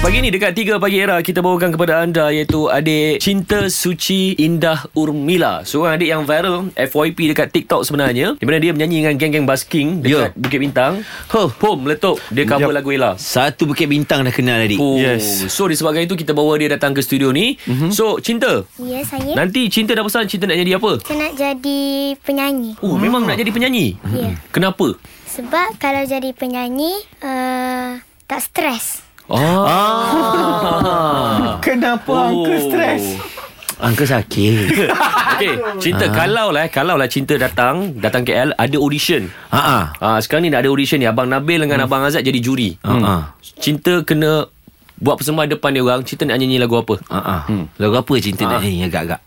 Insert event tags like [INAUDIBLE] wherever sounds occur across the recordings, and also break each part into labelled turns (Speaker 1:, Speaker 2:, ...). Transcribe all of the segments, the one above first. Speaker 1: Pagi ni dekat 3 pagi era kita bawakan kepada anda iaitu adik Cinta Suci Indah Urmila. Seorang adik yang viral FYP dekat TikTok sebenarnya di mana dia menyanyi dengan geng-geng busking dekat yeah.
Speaker 2: Ya.
Speaker 1: Bukit Bintang.
Speaker 2: Huh.
Speaker 1: Pom letup dia cover lagu Ella.
Speaker 2: Satu Bukit Bintang dah kenal tadi.
Speaker 1: Oh.
Speaker 2: Yes. Mhm.
Speaker 1: So disebabkan itu kita bawa dia datang ke studio ni. Mm-hmm. So Cinta,
Speaker 3: Ya, saya Nan-
Speaker 1: nanti Cinta dah pesan Cinta nak jadi apa?
Speaker 3: saya nak jadi penyanyi.
Speaker 1: Oh, memang nak jadi penyanyi. Hmm.
Speaker 3: Ya.
Speaker 1: Kenapa?
Speaker 3: Sebab kalau jadi penyanyi, uh, tak stres.
Speaker 1: Oh. Ah.
Speaker 2: Kenapa oh.
Speaker 1: Uncle stress?
Speaker 2: Uncle sakit. [LAUGHS]
Speaker 1: Okey,
Speaker 2: Ah.
Speaker 1: Cinta kalau lah kalau lah Cinta datang, datang KL ada audition.
Speaker 2: Ha
Speaker 1: Ah, sekarang ni dah ada audition ni Abang Nabil dengan hmm. Abang Azad jadi juri
Speaker 2: Hmm.
Speaker 1: Cinta kena Buat persembahan depan dia orang Cinta nak nyanyi lagu apa
Speaker 2: ha. Lagu apa cinta
Speaker 1: Ah.
Speaker 2: nak nyanyi agak-agak?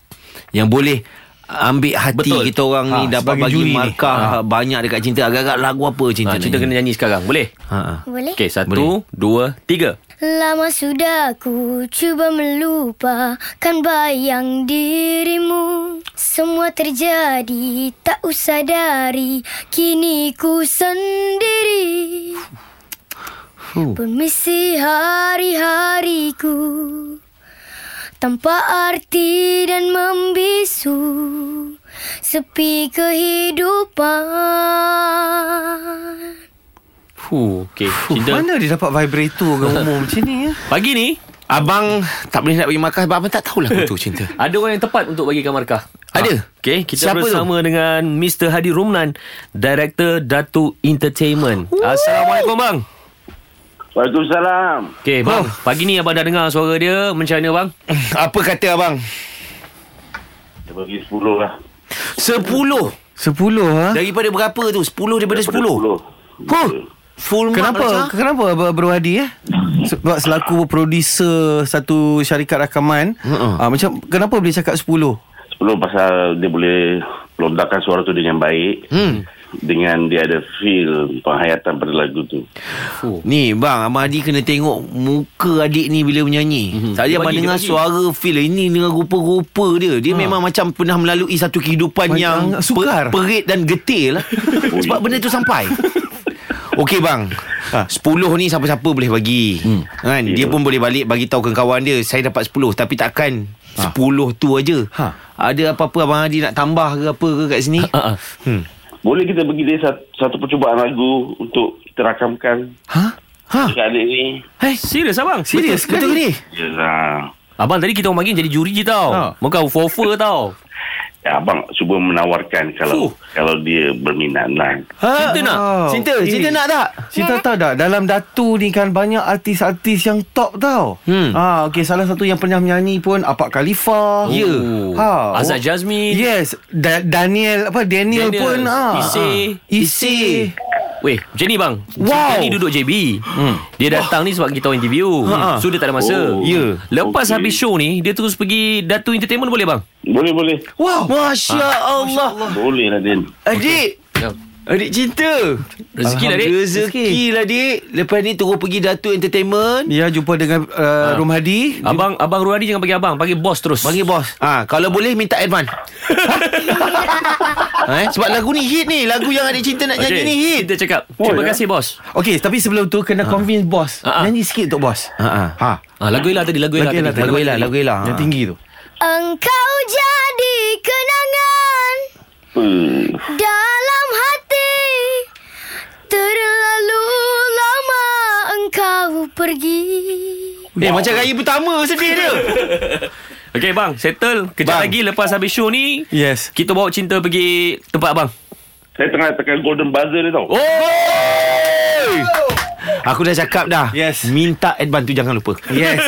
Speaker 2: Yang boleh ambil hati
Speaker 1: Betul.
Speaker 2: Betul. kita orang ni
Speaker 4: Ah,
Speaker 2: dapat
Speaker 4: sebagai
Speaker 2: bagi
Speaker 4: juri ni.
Speaker 2: markah banyak dekat cinta agak-agak lagu apa cinta
Speaker 1: ah,
Speaker 2: nak
Speaker 1: Cinta kena
Speaker 2: nyanyi?
Speaker 1: nyanyi sekarang Boleh?
Speaker 2: Ha ha.
Speaker 3: Boleh?
Speaker 1: Okey, satu,
Speaker 2: Boleh.
Speaker 1: dua, tiga
Speaker 3: Lama sudah ku cuba melupakan bayang dirimu Semua terjadi tak usah dari Kini ku sendiri Permisi hari-hariku Tanpa arti dan membisu Sepi kehidupan
Speaker 1: Fuh, okay, Cinta
Speaker 4: Mana dia dapat vibrator ke
Speaker 2: [LAUGHS]
Speaker 4: umur macam ni ya?
Speaker 1: Pagi ni
Speaker 2: Abang tak boleh nak bagi markah sebab abang tak tahulah aku tu cinta.
Speaker 1: Ada orang yang tepat untuk bagikan markah
Speaker 2: Ada?
Speaker 1: Ah, Okey, kita
Speaker 2: Siapa tu?
Speaker 1: bersama dengan Mr. Hadi Rumnan Director Datu Entertainment Assalamualaikum bang
Speaker 5: Waalaikumsalam.
Speaker 1: Okey,
Speaker 2: Oh.
Speaker 1: bang Pagi ni abang dah dengar suara dia Macam mana bang?
Speaker 2: [LAUGHS] apa kata abang?
Speaker 5: Dia bagi 10 lah.
Speaker 2: Sepuluh.
Speaker 4: Sepuluh ha?
Speaker 2: Daripada berapa tu? Sepuluh daripada sepuluh. Huh. Full mark
Speaker 4: Kenapa?
Speaker 2: lah, Cak.
Speaker 4: Kenapa Abang Bro Hadi ya? Sebab selaku producer satu syarikat rakaman,
Speaker 2: Mm-mm.
Speaker 4: uh-uh. uh, macam kenapa boleh cakap 10?
Speaker 5: 10 pasal dia boleh lontarkan suara tu dengan baik. Hmm. Dengan dia ada feel penghayatan pada lagu tu.
Speaker 2: Ni bang Abang Adi kena tengok Muka adik ni Bila menyanyi mm-hmm. Tadi
Speaker 1: Dia
Speaker 2: abang
Speaker 1: bagi, dia
Speaker 2: dengar
Speaker 1: bagi.
Speaker 2: suara Feel lah, Ini dengan rupa-rupa dia Dia ha. memang macam Pernah melalui satu kehidupan
Speaker 4: Macam
Speaker 2: Yang
Speaker 4: sukar.
Speaker 2: Perit dan getir [LAUGHS] lah Sebab benda tu [LAUGHS] sampai Okey bang ha. 10 ni siapa-siapa boleh bagi hmm. kan? Dia pun boleh balik Bagi tahu ke kawan dia Saya dapat 10 Tapi takkan ha. 10 tu aja ha. Ha,
Speaker 4: Ha.
Speaker 2: Ada apa-apa Abang Adi nak tambah ke apa ke kat sini Hmm.
Speaker 1: Ah, ah.
Speaker 5: Boleh kita bagi dia satu, satu percubaan lagu untuk kita rakamkan
Speaker 4: Ha? Ha?
Speaker 5: dekat adik ni?
Speaker 1: Hey, serius abang?
Speaker 4: Serius
Speaker 2: Betul ke ni?
Speaker 5: Yelah.
Speaker 1: Abang tadi kita orang panggil jadi juri je
Speaker 4: Ah.
Speaker 1: tau. Bukan offer tau.
Speaker 5: Ya, abang cuba menawarkan kalau
Speaker 1: Fuh.
Speaker 5: kalau dia berminat lah.
Speaker 1: Cinta nak?
Speaker 2: Cinta
Speaker 4: Eh,
Speaker 2: Cinta nak tak?
Speaker 4: Ha? Cinta tahu tak Dalam Datu ni kan Banyak artis-artis yang top tau
Speaker 2: Hmm. Oh.
Speaker 4: ha, okay, Salah satu yang pernah menyanyi pun Apak Khalifah
Speaker 1: Ya.
Speaker 4: ha, Ya.
Speaker 1: Azad Jazmin.
Speaker 4: Yes da- Daniel apa Daniel,
Speaker 1: Daniel,
Speaker 4: pun ha,
Speaker 1: Isay.
Speaker 4: ha. Isay
Speaker 1: Weh, macam ni bang. Cinta
Speaker 4: Wow.
Speaker 1: ni duduk JB. Hmm. Dia datang ni sebab kita orang interview.
Speaker 4: Ha, ha.
Speaker 1: So dia tak ada masa.
Speaker 5: Oh, ya.
Speaker 1: Lepas
Speaker 5: Okey.
Speaker 1: habis show ni, dia terus pergi Datu Entertainment boleh bang?
Speaker 5: Boleh, boleh.
Speaker 4: Wow
Speaker 2: Masya Allah
Speaker 5: Boleh lah, Din.
Speaker 2: Adik
Speaker 1: Ya.
Speaker 2: Adik cinta
Speaker 1: Rezeki lah, Dik.
Speaker 2: Rezeki lah dik Lepas ni turun pergi Datuk Entertainment
Speaker 4: Ya jumpa dengan
Speaker 2: Ah.
Speaker 4: uh, Rom Hadi
Speaker 1: Abang abang Ruadi jangan panggil abang, panggil bos terus.
Speaker 2: Panggil bos ha, Kalau boleh minta advance ha, eh? Sebab lagu ni hit ni Lagu yang adik cinta nak nyanyi ni hit
Speaker 1: Kita cakap, terima kasih bos.
Speaker 4: Okay tapi sebelum
Speaker 2: Ah.
Speaker 4: tu Kena convince bos
Speaker 1: Ha, ha.
Speaker 4: Nyanyi sikit untuk bos
Speaker 2: Ha, ha.
Speaker 4: ha.
Speaker 1: Ah, lagu Ella tadi, lagu Ella tadi.
Speaker 4: Lagu Ella tadi.
Speaker 2: Lagu Ella, lah, lagu Ella. ah.
Speaker 4: Yang tinggi tu
Speaker 3: Engkau jadi kenangan
Speaker 5: Hmm.
Speaker 3: dalam hati Terlalu lama engkau pergi
Speaker 2: Eh macam raya pertama sedih dia
Speaker 1: Okey bang, settle.
Speaker 2: Bang.
Speaker 1: Kejap lagi lepas habis show ni,
Speaker 4: Yes
Speaker 1: kita bawa cinta pergi tempat abang.
Speaker 5: Saya tengah tekan golden buzzer ni tau. Oh.
Speaker 2: Aku dah cakap dah
Speaker 4: Yes.
Speaker 2: Minta advance tu jangan lupa [LAUGHS]
Speaker 4: Yes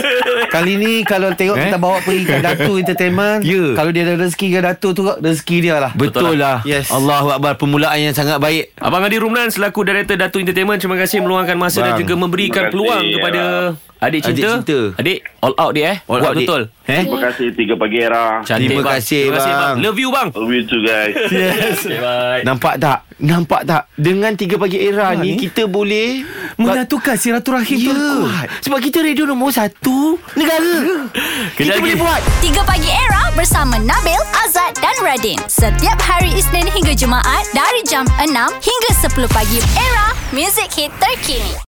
Speaker 4: Kali ni kalau tengok
Speaker 2: Eh?
Speaker 4: eh? kita bawa pergi ke
Speaker 2: [LAUGHS]
Speaker 4: Datu Entertainment
Speaker 2: Ya.
Speaker 4: Kalau dia ada rezeki ke Datu tu Rezeki dia lah
Speaker 2: Betul lah
Speaker 4: Yes.
Speaker 2: Allahu Akbar Permulaan yang sangat baik
Speaker 1: Abang Adi Rumlan selaku Director Datu Entertainment Terima kasih meluangkan masa Dan
Speaker 2: Bang.
Speaker 1: juga memberikan
Speaker 5: Terima kasih,
Speaker 1: peluang kepada Adik cinta.
Speaker 2: Adik cinta.
Speaker 1: Adik all out dia eh
Speaker 2: All
Speaker 1: Buat
Speaker 2: out, Dik.
Speaker 1: betul
Speaker 2: Eh
Speaker 5: Terima kasih, tiga pagi era.
Speaker 1: Cantik
Speaker 2: Terima
Speaker 1: bang.
Speaker 2: kasih,
Speaker 1: Terima kasih bang
Speaker 2: bang.
Speaker 1: Love you bang
Speaker 5: Love you too, guys.
Speaker 4: Yes
Speaker 1: okay, Bye
Speaker 2: Nampak tak? Nampak tak? Dengan 3 pagi era
Speaker 4: Ha,
Speaker 2: ni,
Speaker 4: ni.
Speaker 2: kita boleh
Speaker 4: Menyatukan silaturahim
Speaker 2: Ya
Speaker 4: tu kuat Ya.
Speaker 2: Sebab kita radio nombor satu Negara
Speaker 1: Kejap
Speaker 2: Kita
Speaker 1: lagi.
Speaker 2: boleh buat
Speaker 6: 3 Pagi Era bersama Nabil, Azad dan Radin. Setiap hari Isnin hingga Jumaat dari jam 6 hingga 10 pagi. Era music hit terkini.